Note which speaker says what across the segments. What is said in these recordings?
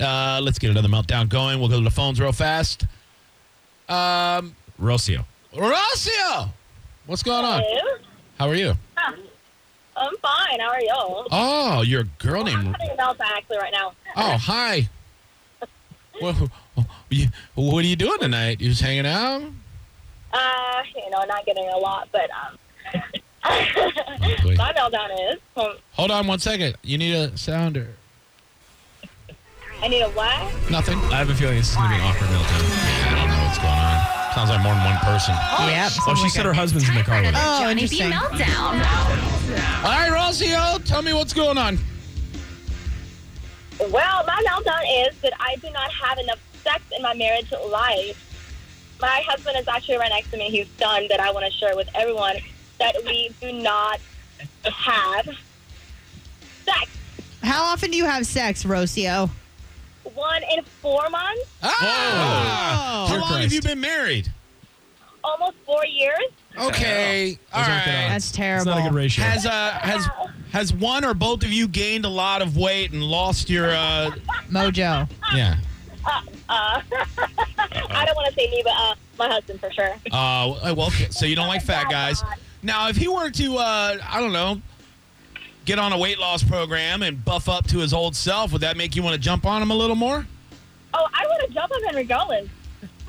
Speaker 1: Uh, let's get another meltdown going. We'll go to the phones real fast. Um, Rocio. Rocio! What's going on?
Speaker 2: Hello?
Speaker 1: How are you?
Speaker 2: Huh. I'm fine. How are you?
Speaker 1: Oh, you're a girl
Speaker 2: I'm
Speaker 1: named.
Speaker 2: having a meltdown actually right now.
Speaker 1: Oh, hi. Well, you- what are you doing tonight? You just hanging out?
Speaker 2: Uh, you know, not getting a lot, but um,
Speaker 1: Oh, boy.
Speaker 2: my meltdown is um,
Speaker 1: Hold on one second. You need a sounder.
Speaker 2: I need a what?
Speaker 1: Nothing. I have a feeling this is going to be an awkward meltdown. Yeah, I don't know what's going on. Sounds like more than one person.
Speaker 3: Yep.
Speaker 4: Oh, she said her husband's in the car with her.
Speaker 3: Oh,
Speaker 5: Johnny B.
Speaker 3: interesting.
Speaker 5: Meltdown.
Speaker 1: All right, Rocio, tell me what's going on.
Speaker 2: Well, my meltdown is that I do not have enough sex in my marriage life. My husband is actually right next to me. He's done that. I want to share with everyone that we do not have sex.
Speaker 3: How often do you have sex, Rocio?
Speaker 2: One in four months,
Speaker 1: Ah!
Speaker 3: Whoa.
Speaker 1: How long have
Speaker 4: Christ.
Speaker 1: you been married?
Speaker 2: almost four years.
Speaker 1: Okay. All
Speaker 4: Those aren't good
Speaker 1: right.
Speaker 4: odds.
Speaker 3: That's terrible.
Speaker 4: It's not a good ratio.
Speaker 1: Has uh has has one or both of you gained a lot of weight and lost your uh
Speaker 3: Mojo.
Speaker 1: yeah.
Speaker 2: Uh, I don't want to say me, but uh, my husband for sure.
Speaker 1: Uh well okay. so you don't like fat guys. Now if he were to uh I don't know get on a weight loss program and buff up to his old self, would that make you want to jump on him a little more?
Speaker 2: Oh, I would have jumped on him regardless.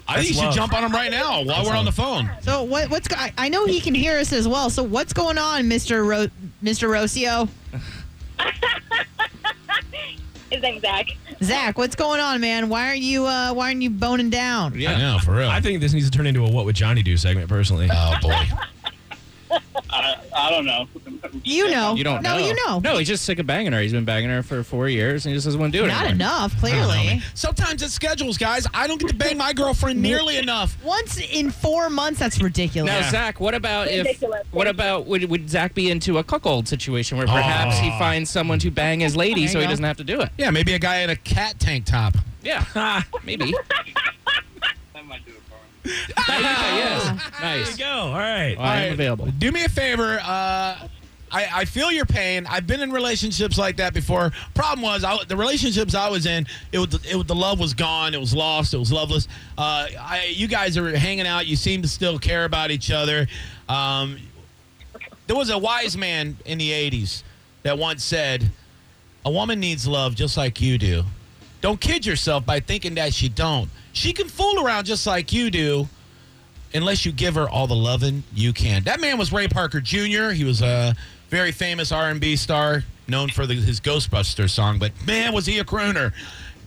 Speaker 1: I think you
Speaker 4: That's
Speaker 1: should
Speaker 4: love.
Speaker 1: jump on him right now while
Speaker 4: That's
Speaker 1: we're on the
Speaker 4: love.
Speaker 1: phone.
Speaker 3: So what? What's go- I- I know he can hear us as well. So what's going on, Mister Ro- Mister Rocio?
Speaker 2: His name's Zach.
Speaker 3: Zach, what's going on, man? Why aren't you? Uh, why aren't you boning down?
Speaker 1: I know, for real.
Speaker 4: I think this needs to turn into a "What Would Johnny Do" segment. Personally,
Speaker 1: oh boy.
Speaker 6: I, I don't know.
Speaker 3: You know.
Speaker 7: You don't
Speaker 3: Oh. no,
Speaker 7: know.
Speaker 3: you know.
Speaker 7: No, he's just sick of banging her. He's been banging her for four years and he just doesn't want to do it
Speaker 3: Not
Speaker 7: anymore.
Speaker 3: enough,
Speaker 1: I don't know,
Speaker 3: clearly.
Speaker 1: man. Sometimes it's schedules, guys. I don't get to bang my girlfriend nearly enough.
Speaker 3: Once in four months, that's ridiculous.
Speaker 7: Now,
Speaker 1: Yeah.
Speaker 7: Zach, what about if?
Speaker 2: Ridiculous.
Speaker 7: What about would, would Zach be into a cuckold situation where perhaps he finds someone to bang his lady
Speaker 3: There
Speaker 7: so
Speaker 3: you
Speaker 7: he
Speaker 3: go.
Speaker 7: doesn't have to do it?
Speaker 1: Yeah, maybe a guy in a cat tank top.
Speaker 7: Yeah, maybe.
Speaker 6: That might do it for him.
Speaker 7: yes, nice.
Speaker 4: go. All right.
Speaker 7: Ah! I am
Speaker 1: All right.
Speaker 7: available.
Speaker 1: Do me a favor. Uh, I, I feel your pain. I've been in relationships like that before. Problem was, I, the relationships I was in, it was, it was the love was gone. It was lost. It was loveless. Uh, I, you guys are hanging out. You seem to still care about each other. Um, there was a wise man in the '80s that once said, "A woman needs love just like you do. Don't kid yourself by thinking that she don't. She can fool around just like you do." unless you give her all the loving you can. That man was Ray Parker Jr. He was a very famous R&B star, known for the, his Ghostbusters song. But man, was he a crooner!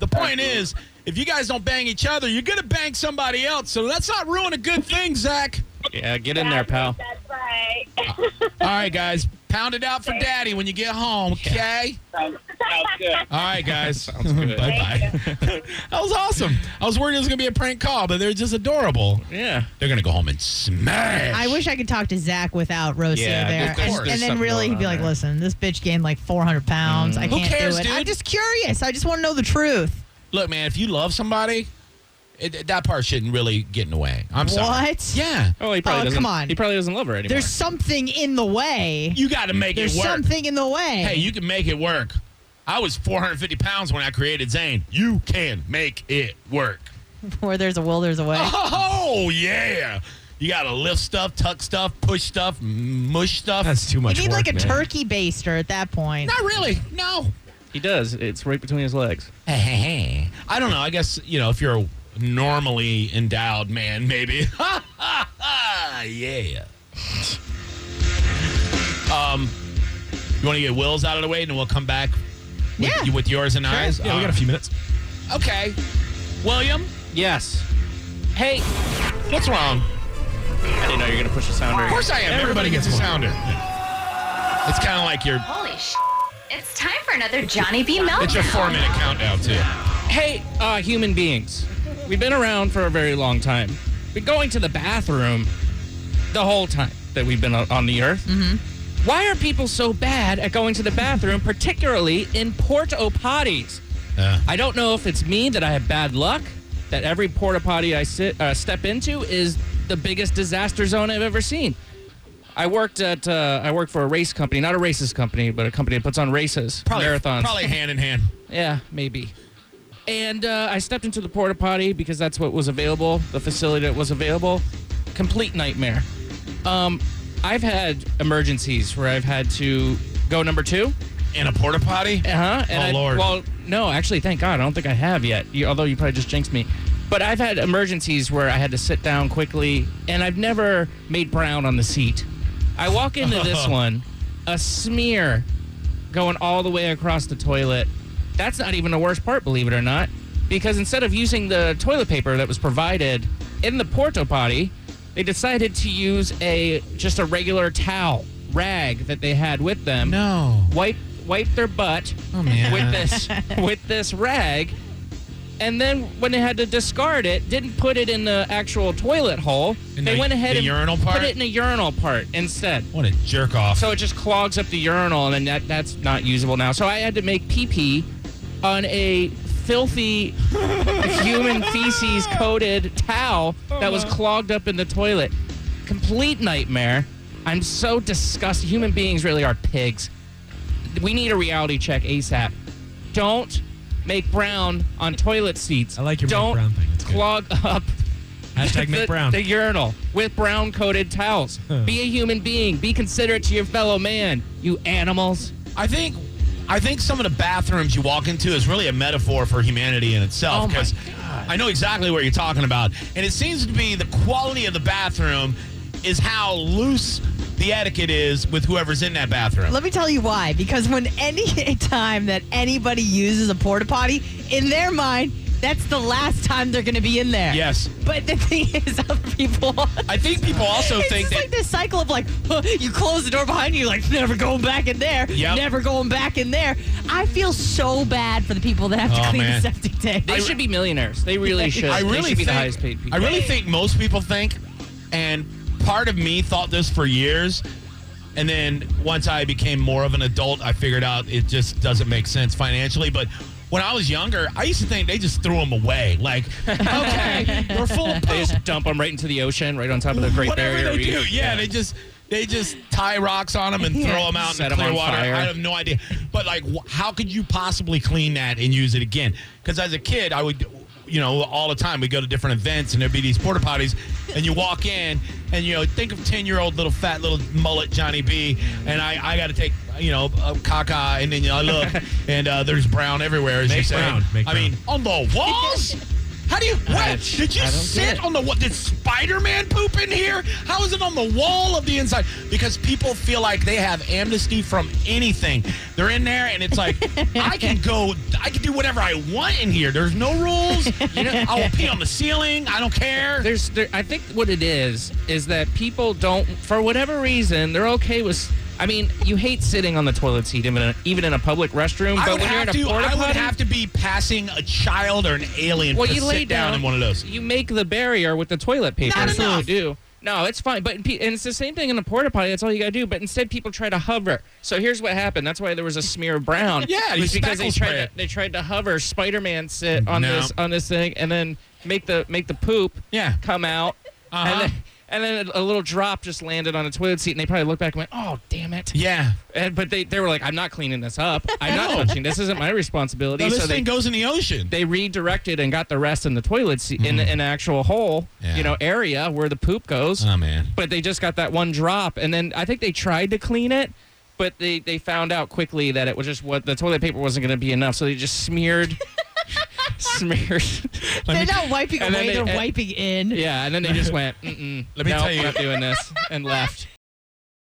Speaker 1: The point is, if you guys don't bang each other, you're gonna bang somebody else. So let's not ruin a good thing, Zach.
Speaker 7: Yeah, get in there, pal.
Speaker 2: That's right.
Speaker 1: All right, guys, pound it out for Daddy when you get home. Okay.
Speaker 6: Sounds, sounds good.
Speaker 1: All right, guys.
Speaker 7: Sounds good.
Speaker 1: bye bye. that was awesome. I was worried it was gonna be a prank call, but they're just adorable.
Speaker 7: Yeah.
Speaker 1: They're gonna go home and smash.
Speaker 3: I wish I could talk to Zach without Rocio
Speaker 7: Yeah,
Speaker 3: there, and-
Speaker 7: of course.
Speaker 3: and,
Speaker 7: There's
Speaker 3: then
Speaker 7: something
Speaker 3: really
Speaker 7: going
Speaker 3: he'd be
Speaker 7: on
Speaker 3: like,
Speaker 7: there.
Speaker 3: "Listen, this bitch gained like 400 pounds. I
Speaker 1: Who
Speaker 3: can't
Speaker 1: cares,
Speaker 3: do it.
Speaker 1: dude?
Speaker 3: I'm just curious. I just want to know the truth."
Speaker 1: look, man, if you love somebody, it, that part shouldn't really get in the way. I'm sorry.
Speaker 3: What?
Speaker 1: Yeah.
Speaker 7: Oh, he probably
Speaker 3: Oh,
Speaker 7: doesn't.
Speaker 3: come on.
Speaker 7: He probably doesn't love her anymore.
Speaker 3: There's something in the way.
Speaker 1: You got to make
Speaker 3: There's
Speaker 1: it work.
Speaker 3: something in the way.
Speaker 1: Hey, you can make it work. I was 450 pounds when I created Zane. You can make it work.
Speaker 3: Where there's a will, there's a way.
Speaker 1: Oh, yeah. You got to lift stuff, tuck stuff, push stuff, m- mush stuff.
Speaker 4: That's too
Speaker 3: you
Speaker 4: much.
Speaker 3: need
Speaker 4: work,
Speaker 3: like a
Speaker 4: man.
Speaker 3: turkey baster at that point.
Speaker 1: Not really. No.
Speaker 7: he does. It's right between his legs.
Speaker 1: Hey, hey, hey. I don't know. I guess, you know, if you're a normally endowed man, maybe. Ha, ha, ha. yeah. um, you want to get Will's out of the way and we'll come back with,
Speaker 3: Yeah.
Speaker 1: you- with yours and ours?
Speaker 4: Yeah, we got a few minutes.
Speaker 1: Uh, okay. William,
Speaker 7: Yes. Hey.
Speaker 1: what's wrong?
Speaker 7: I didn't know you were gonna push the sounder.
Speaker 1: Of course I am. Everybody, gets a sounder. It's kind of like your,
Speaker 5: Holy sh! It's time for another Johnny B. Meltdown.
Speaker 1: it's your four minute countdown, too.
Speaker 7: hey, uh, human beings, we've been around for a very long time. Been going to the bathroom the whole time that we've been o- on the earth. Mm-hmm. Why are people so bad at going to the bathroom, particularly in porto potties?
Speaker 1: Yeah.
Speaker 7: I don't know if it's me that I have bad luck, that every porta potty I sit, uh, step into is the biggest disaster zone I've ever seen. I worked at uh, I worked for a race company, not a racist company, but a company that puts on races,
Speaker 1: Probably,
Speaker 7: marathons.
Speaker 1: Probably hand in hand.
Speaker 7: Yeah, maybe. And uh, I stepped into the porta potty because that's what was available, the facility that was available. Complete nightmare. Um, I've had emergencies where I've had to go number two.
Speaker 1: In a porta potty?
Speaker 7: Uh huh.
Speaker 1: Oh,
Speaker 7: I,
Speaker 1: Lord.
Speaker 7: Well, no, actually, thank God, I don't think I have yet. You, although you probably just jinxed me. But I've had emergencies where I had to sit down quickly, and I've never made brown on the seat. I walk into this one, a smear going all the way across the toilet. That's not even the worst part, believe it or not, because instead of using the toilet paper that was provided in the porta potty, they decided to use a just a regular towel rag that they had with them.
Speaker 1: No.
Speaker 7: Wipe wipe their butt
Speaker 1: Oh, man.
Speaker 7: with this with this rag. And then when they had to discard it, didn't put it in the actual toilet hole.
Speaker 1: In
Speaker 7: they
Speaker 1: the-
Speaker 7: went ahead
Speaker 1: the
Speaker 7: and
Speaker 1: urinal
Speaker 7: put
Speaker 1: part?
Speaker 7: it in the urinal part instead.
Speaker 1: What a jerk off.
Speaker 7: So it just clogs up the urinal, and then that, that's not usable now. So I had to make pee pee on a filthy human feces coated towel that was
Speaker 4: Uh-huh.
Speaker 7: clogged up in the toilet. Complete nightmare. I'm so disgusted. Human beings really are pigs. We need a reality check ASAP. Don't make brown on toilet seats.
Speaker 4: I like your make
Speaker 7: Don't
Speaker 4: brown thing. That's good.
Speaker 7: clog up
Speaker 4: Hashtag
Speaker 7: the,
Speaker 4: make brown.
Speaker 7: the urinal with brown coated towels. Be a human being. Be considerate to your fellow man. You animals.
Speaker 1: I think I think some of the bathrooms you walk into is really a metaphor for humanity in
Speaker 7: Oh
Speaker 1: itself.
Speaker 7: my
Speaker 1: I know exactly what you're talking about, and it seems to be the quality of the bathroom is how loose the etiquette is with whoever's in that bathroom.
Speaker 3: Let me tell you why. Because when any time that anybody uses a porta potty, in their mind, that's the last time they're going to be in there.
Speaker 1: Yes.
Speaker 3: But the thing is, other people.
Speaker 1: I think people also
Speaker 3: it's
Speaker 1: think
Speaker 3: just
Speaker 1: that
Speaker 3: like this cycle of like huh, you close the door behind you, like never going back in there,
Speaker 1: Yep.
Speaker 3: never going back in there. I feel so bad for the people that have to
Speaker 1: Oh,
Speaker 3: clean
Speaker 1: man.
Speaker 3: the septic tank.
Speaker 7: They should be millionaires. They really should.
Speaker 1: I really
Speaker 7: they should be
Speaker 1: think,
Speaker 7: the highest paid people.
Speaker 1: I really think most people think, and part of me thought this for years, and then once I became more of an adult, I figured out it just doesn't make sense financially. But when I was younger, I used to think they just threw them away. Like, okay, they're full of
Speaker 7: They
Speaker 1: poop.
Speaker 7: just dump them right into the ocean, right on top of the Great
Speaker 1: Whatever
Speaker 7: Barrier
Speaker 1: they do,
Speaker 7: Reef.
Speaker 1: yeah, they just they just tie rocks on them and throw them out
Speaker 7: Set
Speaker 1: in
Speaker 7: 'em
Speaker 1: clear
Speaker 7: on
Speaker 1: water.
Speaker 7: fire.
Speaker 1: I have no idea, but like, wh- how could you possibly clean that and use it again? Because as a kid, I would, you know, all the time we go to different events and there'd be these porta potties, and you walk in and you know, think of ten year old little fat little mullet Johnny B, and I I got to take. You know, a caca, and then you know, I look, and uh, there's brown everywhere. As you
Speaker 4: Make
Speaker 1: say,
Speaker 4: brown, make
Speaker 1: I mean, on the walls. How do you? What?
Speaker 7: don't-
Speaker 1: Did you
Speaker 7: I don't get
Speaker 1: sit
Speaker 7: it.
Speaker 1: on the wall? Did Spider-Man poop in here? How is it on the wall of the inside? Because people feel like they have amnesty from anything. They're in there, and it's like I can go, I can do whatever I want in here. There's no rules. You know, I will pee on the ceiling. I don't care.
Speaker 7: There's, there, I think what it is is that people don't, for whatever reason, they're okay with. I mean, you hate sitting on the toilet seat, even in a, even in a public restroom.
Speaker 1: I
Speaker 7: but
Speaker 1: would
Speaker 7: when you're
Speaker 1: have
Speaker 7: in a
Speaker 1: to.
Speaker 7: porta
Speaker 1: I would
Speaker 7: potty-
Speaker 1: have to be passing a child or an alien.
Speaker 7: Well,
Speaker 1: to
Speaker 7: you
Speaker 1: sit
Speaker 7: lay
Speaker 1: down,
Speaker 7: down
Speaker 1: in one of those.
Speaker 7: You make the barrier with the toilet paper.
Speaker 1: Not
Speaker 7: That's what
Speaker 1: enough.
Speaker 7: you do. No, it's fine. But pe- and it's the same thing in a porta potty. That's all you gotta do. But instead, people try to hover. So here's what happened. That's why there was a smear of brown.
Speaker 1: Yeah,
Speaker 7: it was
Speaker 1: you
Speaker 7: because they
Speaker 1: spackle
Speaker 7: tried
Speaker 1: spray
Speaker 7: to,
Speaker 1: it.
Speaker 7: they tried to hover. Spider Man sit on
Speaker 1: No.
Speaker 7: this on this thing and then make the make the poop
Speaker 1: Yeah.
Speaker 7: come out.
Speaker 1: Uh-huh.
Speaker 7: And then, and then a little drop just landed on a toilet seat, and they probably looked back and went, "Oh, damn it!"
Speaker 1: Yeah.
Speaker 7: And, but they, they were like, "I'm not cleaning this up. I'm not
Speaker 1: No.
Speaker 7: touching. This isn't my responsibility."
Speaker 1: No, this
Speaker 7: so they
Speaker 1: thing goes in the ocean.
Speaker 7: they redirected and got the rest in the toilet seat in an actual hole,
Speaker 1: Mm-hmm. Yeah.
Speaker 7: you know, area where the poop goes.
Speaker 1: oh man.
Speaker 7: But they just got that one drop, and then I think they tried to clean it, but they they found out quickly that it was just what the toilet paper wasn't going to be enough, so they just smeared, smeared.
Speaker 3: They're not wiping
Speaker 7: and then
Speaker 3: away;
Speaker 7: they-
Speaker 3: they, are
Speaker 7: and-
Speaker 3: wiping in.
Speaker 7: Yeah, and then they just went, mm-mm,
Speaker 1: Let me
Speaker 7: no,
Speaker 1: tell you-
Speaker 7: we're not doing this, and left.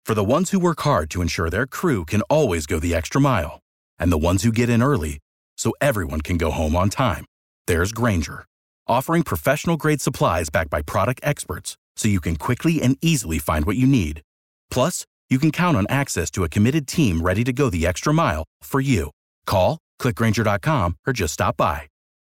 Speaker 5: For the ones who work hard to ensure their crew can always go the extra mile, and the ones who get in early so everyone can go home on time, there's Granger, offering professional grade supplies backed by product experts so you can quickly and easily find what you need. Plus, you can count on access to a committed team ready to go the extra mile for you. Call, click Grainger.com, or just stop by.